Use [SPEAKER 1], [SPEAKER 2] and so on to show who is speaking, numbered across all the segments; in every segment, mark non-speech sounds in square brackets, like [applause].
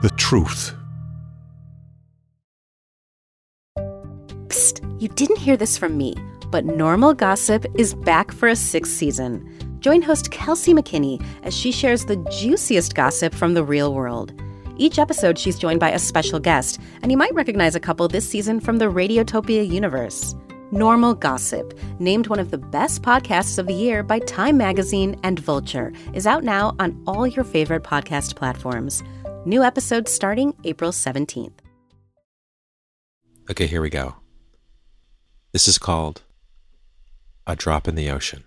[SPEAKER 1] The truth.
[SPEAKER 2] Psst, you didn't hear this from me, but Normal Gossip is back for a sixth season. Join host Kelsey McKinney as she shares the juiciest gossip from the real world. Each episode, she's joined by a special guest, and you might recognize a couple this season from the Radiotopia universe. Normal Gossip, named one of the best podcasts of the year by Time Magazine and Vulture, is out now on all your favorite podcast platforms. New episodes starting April 17th.
[SPEAKER 3] Okay, here we go. This is called A Drop in the Ocean.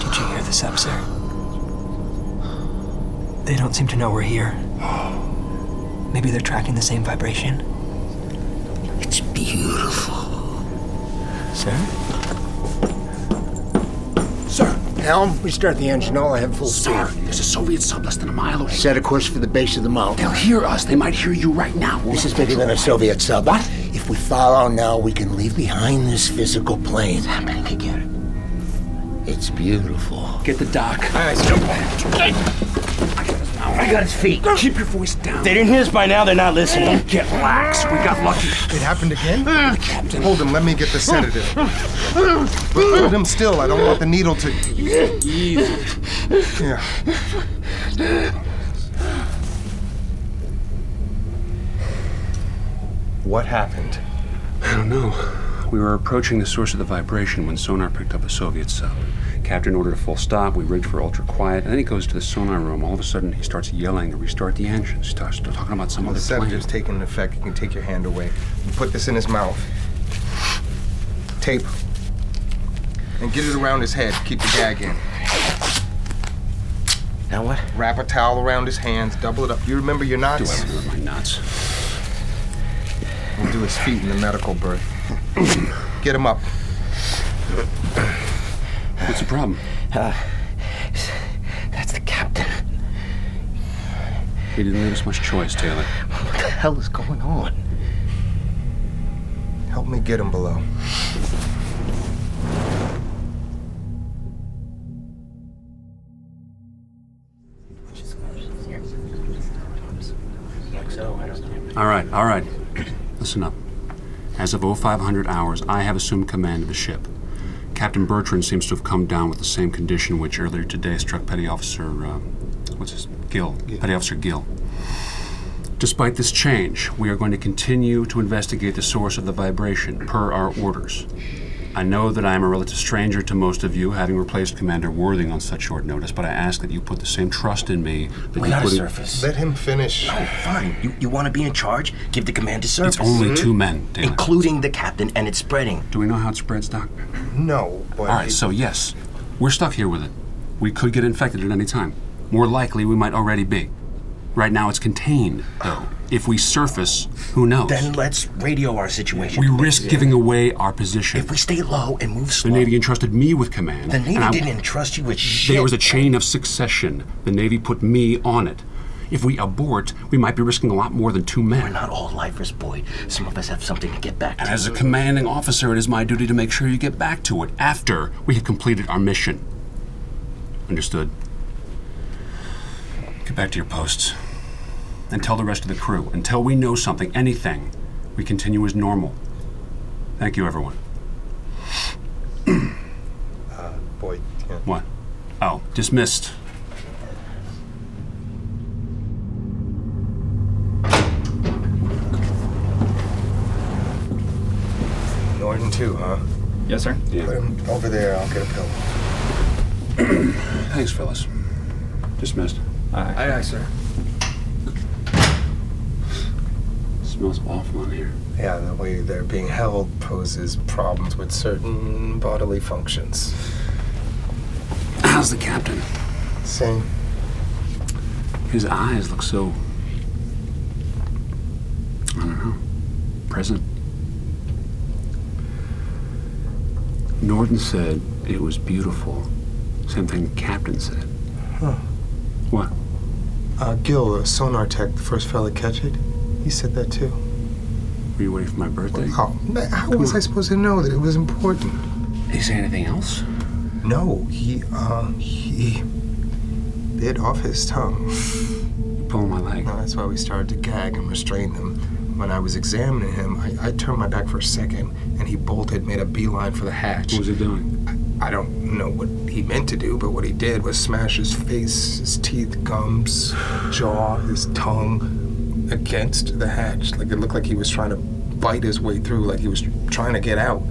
[SPEAKER 4] Did you hear this, Upsir? They don't seem to know we're here. Maybe they're tracking the same vibration. It's beautiful. Sir?
[SPEAKER 5] Sir! Helm, we start the engine all ahead full speed. Sir,
[SPEAKER 6] there's a Soviet sub less than a mile away.
[SPEAKER 5] Set a course for the base of the mountain.
[SPEAKER 6] They'll hear us. They might hear you right now. We'll
[SPEAKER 5] This
[SPEAKER 6] have
[SPEAKER 5] is bigger
[SPEAKER 6] control.
[SPEAKER 5] than a Soviet sub.
[SPEAKER 6] What?
[SPEAKER 5] If we follow now, we can leave behind this physical plane.
[SPEAKER 6] happening again.
[SPEAKER 5] It's beautiful.
[SPEAKER 6] Get the doc. All right, I got his feet. Keep your voice down.
[SPEAKER 7] They didn't hear us by now, they're not listening.
[SPEAKER 6] Get lax. We got lucky.
[SPEAKER 8] It happened again?
[SPEAKER 6] Captain.
[SPEAKER 8] Hold him, let me get the sedative. But hold him still, I don't want the needle to. Yeah. What happened?
[SPEAKER 9] I don't know. We were approaching the source of the vibration when sonar picked up a Soviet sub. Captain ordered a full stop. We rigged for ultra quiet, and then he goes to the sonar room. All of a sudden, he starts yelling to restart the engines. He starts talking about some
[SPEAKER 8] The
[SPEAKER 9] other plane.
[SPEAKER 8] sedative's taking effect. You can take your hand away. You put this in his mouth. Tape. And get it around his head. Keep the gag in.
[SPEAKER 5] Now what?
[SPEAKER 8] Wrap a towel around his hands. Double it up. You remember your
[SPEAKER 9] Do I
[SPEAKER 8] knots?
[SPEAKER 9] remember my nuts?
[SPEAKER 8] We'll do his feet in the medical berth. Get him up.
[SPEAKER 9] What's the problem?
[SPEAKER 5] Uh, That's the captain.
[SPEAKER 9] He didn't leave us much choice, Taylor.
[SPEAKER 5] What the hell is going on?
[SPEAKER 8] Help me get him below.
[SPEAKER 9] All right, all right. Listen up. As of 0500 hours, I have assumed command of the ship. Captain Bertrand seems to have come down with the same condition which earlier today struck Petty Officer, uh, what's his, Gill, Petty Officer Gill. Despite this change, we are going to continue to investigate the source of the vibration per our orders. I know that I am a relative stranger to most of you, having replaced Commander Worthing on such short notice, but I ask that you put the same trust in me that
[SPEAKER 7] We
[SPEAKER 9] you
[SPEAKER 7] gotta
[SPEAKER 9] put in-
[SPEAKER 7] surface.
[SPEAKER 8] Let him finish.
[SPEAKER 7] Oh, Fine. You, you want to be in charge? Give the command to surface.
[SPEAKER 9] It's only two men, Taylor.
[SPEAKER 7] Including the captain, and it's spreading.
[SPEAKER 9] Do we know how it spreads, Doc?
[SPEAKER 8] No, but.
[SPEAKER 9] All right, so yes, we're stuck here with it. We could get infected at any time. More likely, we might already be. Right now, it's contained, though. If we surface, who knows?
[SPEAKER 7] Then let's radio our situation.
[SPEAKER 9] we risk giving away our position.
[SPEAKER 7] If we stay low and move
[SPEAKER 9] the
[SPEAKER 7] slow,
[SPEAKER 9] Navy entrusted me with command.
[SPEAKER 7] the Navy
[SPEAKER 9] and I-
[SPEAKER 7] didn't entrust you with shit.
[SPEAKER 9] There was a chain of succession. The Navy put me on it. If we abort, we might be risking a lot more than two men.
[SPEAKER 7] We're not all lifers, Boyd. Some of us have something to get back to.
[SPEAKER 9] As a commanding officer, it is my duty to make sure you get back to it after we have completed our mission. Understood. Get back to your posts. And tell the rest of the crew. Until we know something, anything, we continue as normal. Thank you, everyone.
[SPEAKER 8] Boy, yeah.
[SPEAKER 9] What? Oh, dismissed.
[SPEAKER 8] Norton, too, huh?
[SPEAKER 10] Yes, sir.
[SPEAKER 8] Put him over there, I'll get a pill.
[SPEAKER 9] Thanks, fellas. Dismissed.
[SPEAKER 6] Aye, aye, sir.
[SPEAKER 9] Smells awful in here.
[SPEAKER 8] Yeah, the way they're being held poses problems with certain bodily functions.
[SPEAKER 9] How's the captain?
[SPEAKER 8] Same.
[SPEAKER 9] His eyes look so. I don't know. Present. Norton said it was beautiful. Same thing Captain said.
[SPEAKER 8] Huh.
[SPEAKER 9] What?
[SPEAKER 8] Uh, Gil, the sonar tech, the first fella to catch it, he said that too.
[SPEAKER 9] Were you waiting for my birthday?
[SPEAKER 8] Oh, man, how was I supposed to know that it was important?
[SPEAKER 9] Did he say anything else?
[SPEAKER 8] No, he, uh, he bit off his tongue.
[SPEAKER 9] Pulling my leg.
[SPEAKER 8] Now, that's why we started to gag and restrain them. When I was examining him, I, I turned my back for a second, and he bolted, made a beeline for the hatch.
[SPEAKER 9] What was he doing?
[SPEAKER 8] I don't know what he meant to do, but what he did was smash his face, his teeth, gums, jaw, his tongue against the hatch. Like it looked like he was trying to bite his way through, like he was trying to get out. [laughs]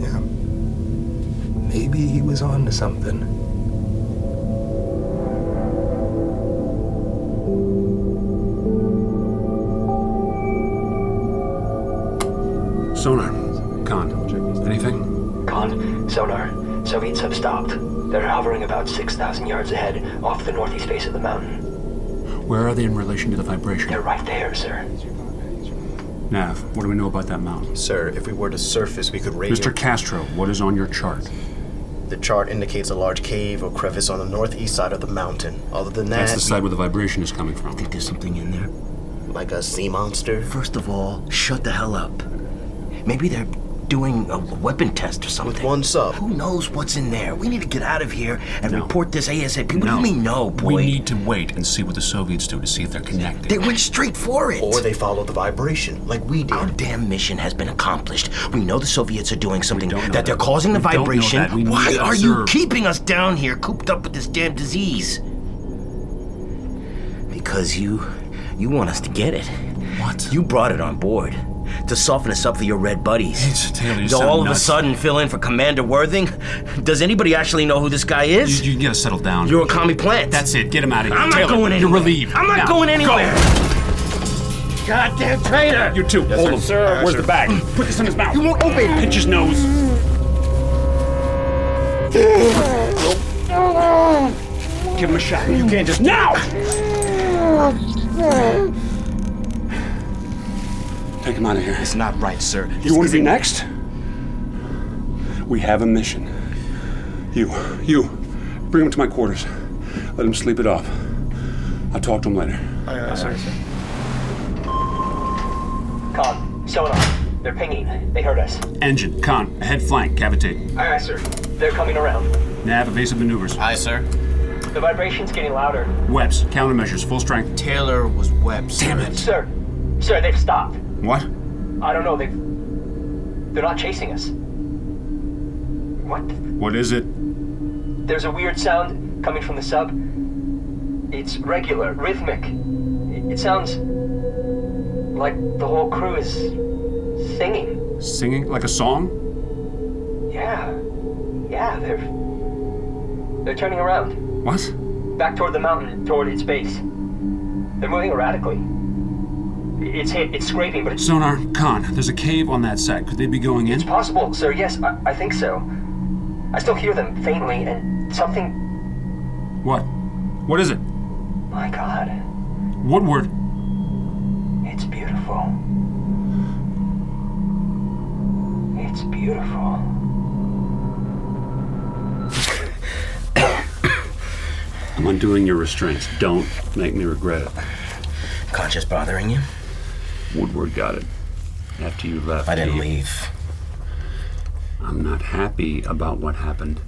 [SPEAKER 8] yeah. Maybe he was on to something.
[SPEAKER 9] Sonar. Con. Anything?
[SPEAKER 7] Con, sonar, Soviets have stopped. They're hovering about 6,000 yards ahead, off the northeast face of the mountain.
[SPEAKER 9] Where are they in relation to the vibration?
[SPEAKER 7] They're right there, sir.
[SPEAKER 9] Nav, what do we know about that mountain?
[SPEAKER 11] Sir, if we were to surface, we could radio.
[SPEAKER 9] Mr. Castro, what is on your chart?
[SPEAKER 11] The chart indicates a large cave or crevice on the northeast side of the mountain. Other than that,
[SPEAKER 9] That's the side where the vibration is coming from.
[SPEAKER 5] There's something in there.
[SPEAKER 11] like a sea monster.
[SPEAKER 5] First of all, shut the hell up. Maybe they're doing a weapon test or something.
[SPEAKER 11] With one sub.
[SPEAKER 5] Who knows what's in there? We need to get out of here and
[SPEAKER 9] No.
[SPEAKER 5] report this ASAP. What do you mean, no, boy?
[SPEAKER 9] We need to wait and see what the Soviets do to see if they're connected.
[SPEAKER 5] They went straight for it.
[SPEAKER 11] Or they follow the vibration, like we did.
[SPEAKER 5] Our damn mission has been accomplished. We know the Soviets are doing something,
[SPEAKER 9] don't know
[SPEAKER 5] that,
[SPEAKER 9] that.
[SPEAKER 5] they're causing the
[SPEAKER 9] We don't know
[SPEAKER 5] vibration.
[SPEAKER 9] that. We need
[SPEAKER 5] Why
[SPEAKER 9] to
[SPEAKER 5] are you
[SPEAKER 9] observe.
[SPEAKER 5] keeping us down here, cooped up with this damn disease? Because you, you want us to get it.
[SPEAKER 9] What?
[SPEAKER 5] You brought it on board to soften us up for your red buddies.
[SPEAKER 9] It's- Taylor,
[SPEAKER 5] to
[SPEAKER 9] you sound
[SPEAKER 5] all of a
[SPEAKER 9] nuts.
[SPEAKER 5] sudden fill in for Commander Worthing. Does anybody actually know who this guy is?
[SPEAKER 9] You, you gotta settle down.
[SPEAKER 5] You, are a commie plant.
[SPEAKER 9] That's it. Get him out of here.
[SPEAKER 5] I'm not
[SPEAKER 9] Taylor,
[SPEAKER 5] going anywhere.
[SPEAKER 9] You're relieved.
[SPEAKER 5] I'm not
[SPEAKER 9] Now,
[SPEAKER 5] going anywhere.
[SPEAKER 6] Goddamn traitor! You too. Hold him. Sir, Where's the bag? Put this in his mouth. You won't open. Pinch his nose. Give him a shot. You can't just now.
[SPEAKER 9] Take him out of here.
[SPEAKER 11] It's not right, sir.
[SPEAKER 9] You want to be next? We have a mission. You, you, bring him to my quarters. Let him sleep it off. I'll talk to him later.
[SPEAKER 7] Con, sonar, they're pinging. They heard us.
[SPEAKER 9] Engine, con, head flank, cavitate.
[SPEAKER 7] Aye, aye, sir. They're coming around.
[SPEAKER 9] Nav, evasive maneuvers.
[SPEAKER 11] Aye, sir.
[SPEAKER 7] The vibration's getting louder.
[SPEAKER 9] Webs, countermeasures, full strength.
[SPEAKER 11] Taylor was Webb. Damn
[SPEAKER 7] Sir, sir, they've stopped.
[SPEAKER 9] What?
[SPEAKER 7] I don't know, they've. They're not chasing us. What?
[SPEAKER 9] What is it?
[SPEAKER 7] There's a weird sound coming from the sub. It's regular, rhythmic. It, it sounds like the whole crew is singing.
[SPEAKER 9] Singing like a song?
[SPEAKER 7] Yeah. Yeah, they're. They're turning around,
[SPEAKER 9] What?
[SPEAKER 7] back toward the mountain, toward its base. They're moving erratically. I- It's hit, it's scraping, but it's
[SPEAKER 9] Sonar, con, there's a cave on that side. Could they be going in?
[SPEAKER 7] possible, sir. Yes, I, I think so. I still hear them faintly, and something.
[SPEAKER 9] What? What is it?
[SPEAKER 7] My god,
[SPEAKER 9] Woodward.
[SPEAKER 7] it's beautiful. It's beautiful.
[SPEAKER 9] I'm undoing your restraints. Don't make me regret it.
[SPEAKER 5] Conscious bothering you?
[SPEAKER 9] Woodward got it. After you left.
[SPEAKER 5] I didn't
[SPEAKER 9] he-
[SPEAKER 5] leave.
[SPEAKER 9] I'm not happy about what happened,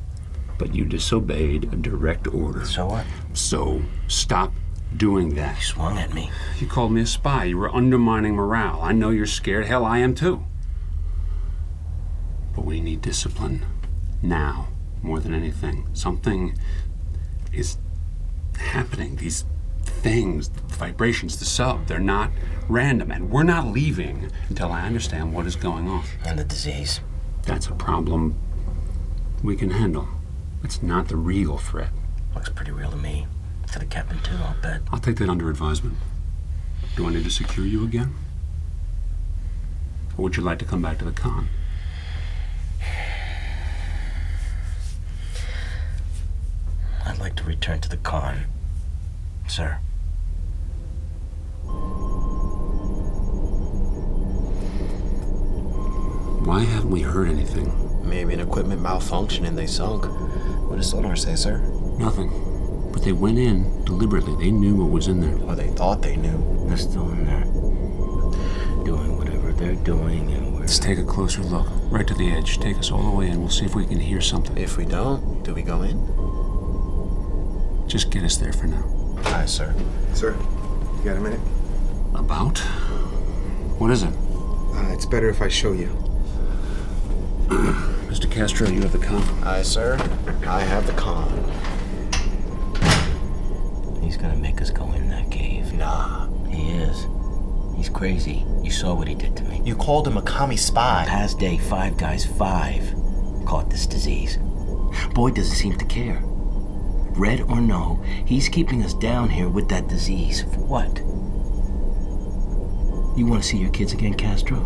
[SPEAKER 9] but you disobeyed a direct order.
[SPEAKER 5] So what?
[SPEAKER 9] So stop doing that.
[SPEAKER 5] Swung at me.
[SPEAKER 9] You called me a spy. You were undermining morale. I know you're scared. Hell, I am too. But we need discipline now more than anything. Something is happening. These things, the vibrations, the sub, they're not random. And we're not leaving until I understand what is going on.
[SPEAKER 5] And the disease.
[SPEAKER 9] That's a problem we can handle. It's not the real threat.
[SPEAKER 5] Looks pretty real to me. To the captain, too, I'll bet.
[SPEAKER 9] I'll take that under advisement. Do I need to secure you again? Or would you like to come back to the con?
[SPEAKER 5] I'd like to return to the con, sir.
[SPEAKER 9] Why haven't we heard anything?
[SPEAKER 11] Maybe an equipment malfunction and they sunk. What does sonar say, sir?
[SPEAKER 9] Nothing. But they went in deliberately. They knew what was in there.
[SPEAKER 11] Or they thought they knew.
[SPEAKER 5] They're still in there. Doing whatever they're doing and we're.
[SPEAKER 9] Let's take a closer look. Right to the edge. Take us all the way in. We'll see if we can hear something.
[SPEAKER 11] If we don't, do we go in?
[SPEAKER 9] Just get us there for now.
[SPEAKER 11] Aye, sir.
[SPEAKER 12] Sir, you got a minute?
[SPEAKER 9] About? What is it?
[SPEAKER 12] Uh, it's better if I show you.
[SPEAKER 9] Mr. Castro, you have the con.
[SPEAKER 11] Aye, sir. I have the con.
[SPEAKER 5] He's gonna make us go in that cave.
[SPEAKER 11] Nah.
[SPEAKER 5] He is. He's crazy. You saw what he did to me.
[SPEAKER 11] You called him a commie spy.
[SPEAKER 5] Past day, five guys, five caught this disease. Boyd doesn't seem to care. Red or no, he's keeping us down here with that disease. For what? You want to see your kids again, Castro?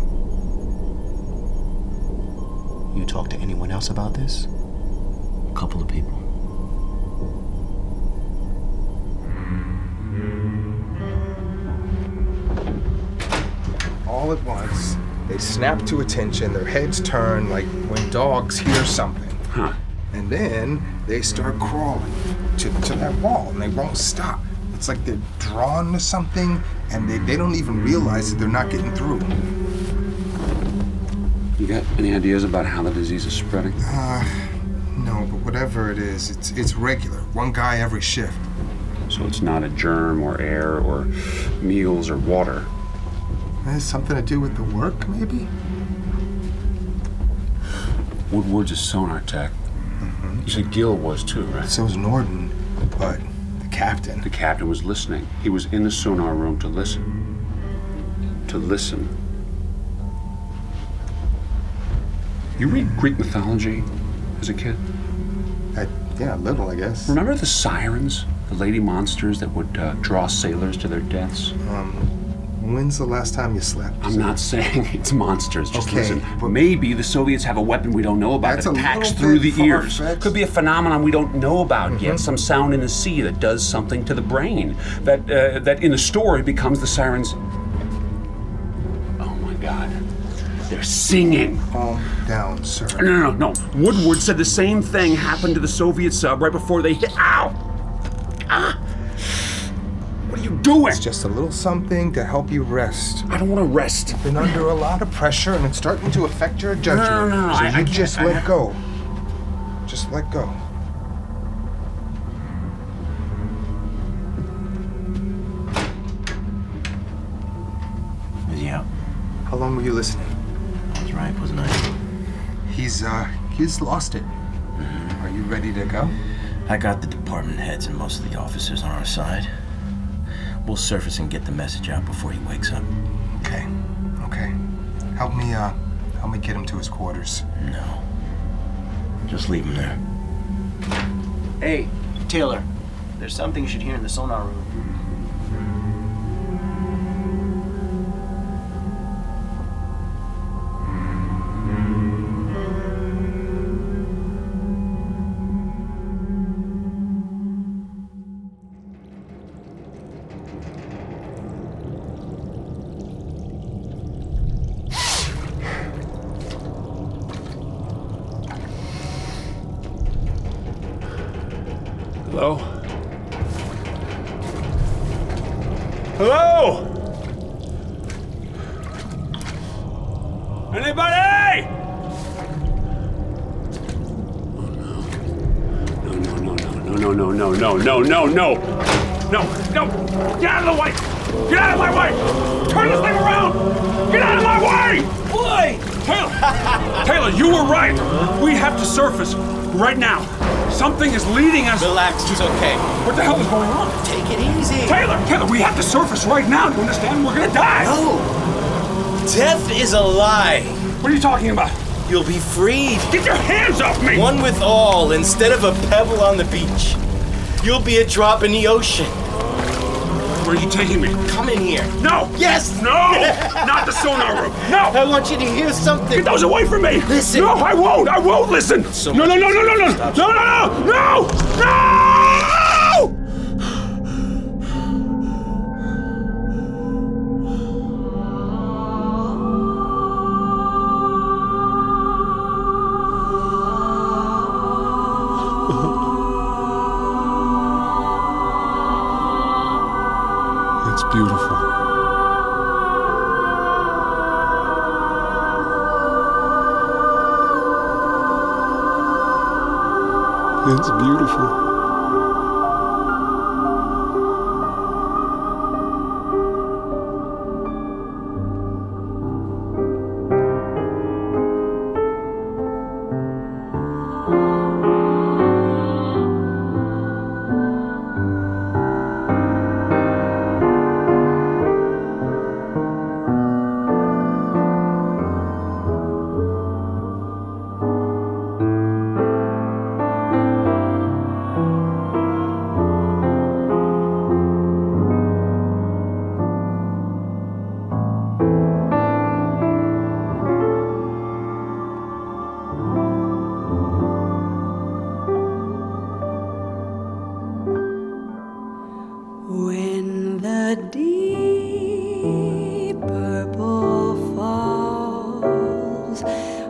[SPEAKER 11] You talked to anyone else about this?
[SPEAKER 5] A couple of people.
[SPEAKER 8] All at once, they snap to attention, their heads turn like when dogs hear something.
[SPEAKER 9] Huh.
[SPEAKER 8] And then they start crawling to, to that wall and they won't stop. It's like they're drawn to something and they, they don't even realize that they're not getting through.
[SPEAKER 9] You got any ideas about how the disease is spreading?
[SPEAKER 8] No, but whatever it is, it's, it's regular. One guy every shift.
[SPEAKER 9] So it's not a germ or air or meals or water.
[SPEAKER 8] It has something to do with the work, maybe?
[SPEAKER 9] Woodward's a sonar tech. You said Gill was too, right?
[SPEAKER 8] So's Norton, but the captain.
[SPEAKER 9] The captain was listening. He was in the sonar room to listen. To listen. You read Greek mythology as a kid?
[SPEAKER 8] I, yeah, little, I guess.
[SPEAKER 9] Remember the sirens? The lady monsters that would uh, draw sailors to their deaths?
[SPEAKER 8] When's the last time you slept?
[SPEAKER 9] I'm not [laughs] saying it's monsters. Just
[SPEAKER 8] Okay,
[SPEAKER 9] listen.
[SPEAKER 8] but-
[SPEAKER 9] Maybe the Soviets have a weapon we don't know about
[SPEAKER 8] That's
[SPEAKER 9] that
[SPEAKER 8] a
[SPEAKER 9] attacks
[SPEAKER 8] little
[SPEAKER 9] through the
[SPEAKER 8] bit
[SPEAKER 9] ears.
[SPEAKER 8] far-fetched. Mm-hmm.
[SPEAKER 9] Could be a phenomenon we don't know about yet. Some sound in the sea that does something to the brain. That uh, that in the story becomes the sirens. Oh my God! They're singing.
[SPEAKER 8] Calm down, sir.
[SPEAKER 9] No, no, no, no. Woodward said the same thing happened to the Soviet sub right before they hit. Ow! Ah! What are you doing?
[SPEAKER 8] It's just a little something to help you rest.
[SPEAKER 9] I don't want to rest.
[SPEAKER 8] Been under a lot of pressure and it's starting to affect your judgment.
[SPEAKER 9] No, no, no,
[SPEAKER 8] So
[SPEAKER 9] I-
[SPEAKER 8] you
[SPEAKER 9] I
[SPEAKER 8] just
[SPEAKER 9] can't- I-
[SPEAKER 8] let go. Just let go.
[SPEAKER 5] Is he out?
[SPEAKER 8] How long were you listening?
[SPEAKER 5] I was right, wasn't I?
[SPEAKER 8] He's uh he's lost it.
[SPEAKER 5] Mm-hmm.
[SPEAKER 8] Are you ready to go?
[SPEAKER 5] I got the department heads and most of the officers on our side. We'll surface and get the message out before he wakes up.
[SPEAKER 8] Okay. Okay. Help me uh help me get him to his quarters.
[SPEAKER 5] No. Just leave him there.
[SPEAKER 11] Hey, Taylor. There's something you should hear in the sonar room.
[SPEAKER 9] Hello? Hello? Anybody? Oh no. No, no, no, no, no, no, no, no, no, no. No, no. Get out of the way! Get out of my way! Turn this thing around! Get out of my way! Boy! Taylor! [laughs] Taylor, you were right! We have to surface right now. Something is leading us.
[SPEAKER 11] Relax, it's okay.
[SPEAKER 9] What the hell is going on?
[SPEAKER 11] Take it easy.
[SPEAKER 9] Taylor, Taylor, we have to surface right now. You understand? We're gonna die.
[SPEAKER 11] No! Death is a lie!
[SPEAKER 9] What are you talking about?
[SPEAKER 11] You'll be freed.
[SPEAKER 6] Get your hands off me!
[SPEAKER 11] One with all, instead of a pebble on the beach. You'll be a drop in the ocean.
[SPEAKER 6] Where are you taking me?
[SPEAKER 11] Come in here.
[SPEAKER 6] No!
[SPEAKER 11] Yes! [laughs]
[SPEAKER 6] No! Not the sonar room! No!
[SPEAKER 11] I want you to hear something.
[SPEAKER 6] Get those away from me!
[SPEAKER 11] Listen.
[SPEAKER 6] No, I won't! I won't listen!
[SPEAKER 11] So
[SPEAKER 6] no, no,
[SPEAKER 11] much
[SPEAKER 6] no, no, no, no!
[SPEAKER 11] stop.
[SPEAKER 6] No, no, no! No! No!
[SPEAKER 9] It's beautiful. It's beautiful.
[SPEAKER 2] When the deep purple falls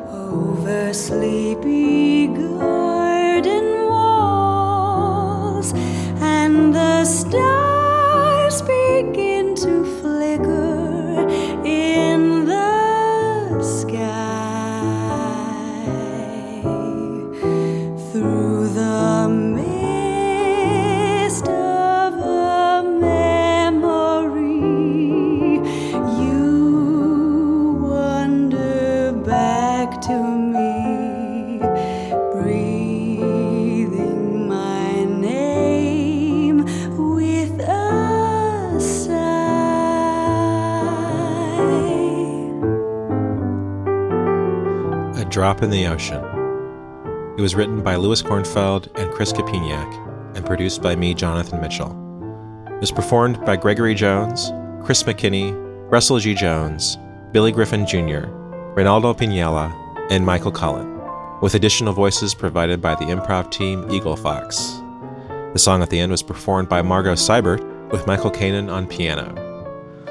[SPEAKER 2] over sleepy garden walls, and the stars begin to flicker in the sky through the mist of a memory, you wander back to me, breathing my name with a sigh.
[SPEAKER 3] A Drop in the Ocean. It was written by Louis Kornfeld and Chris Kapiniak and produced by me, Jonathan Mitchell. It was performed by Gregory Jones, Chris McKinney, Russell G. Jones, Billy Griffin Jr., Reynaldo Pinella, and Michael Cullen, with additional voices provided by the improv team Eagle Fox. The song at the end was performed by Margot Seibert with Michael Kanan on piano.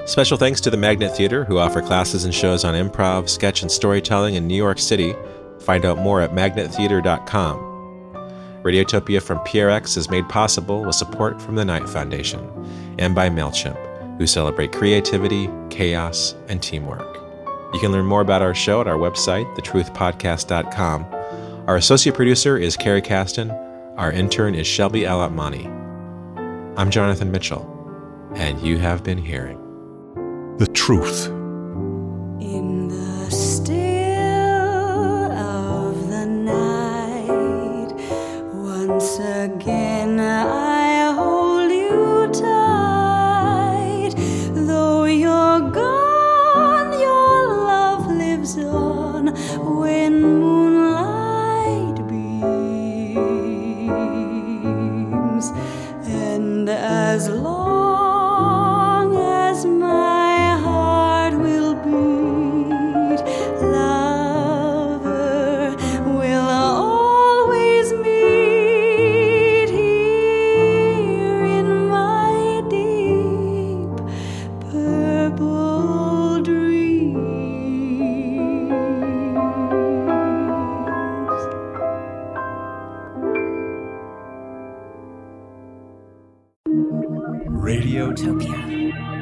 [SPEAKER 3] Special thanks to the Magnet Theater, who offer classes and shows on improv, sketch, and storytelling in New York City. Find out more at magnettheater.com. Radiotopia from PRX is made possible with support from the Knight Foundation and by MailChimp, who celebrate creativity, chaos, and teamwork. You can learn more about our show at our website, thetruthpodcast.com. Our associate producer is Carrie Caston. Our intern is Shelby Alatmani. I'm Jonathan Mitchell, and you have been hearing.
[SPEAKER 1] The truth.
[SPEAKER 2] In the still of the night, once again I hold you tight. Though you're gone, your love lives on when moonlight beams. And as long as my heart will beat, lover will always meet here in my deep purple dreams.
[SPEAKER 1] Radiotopia.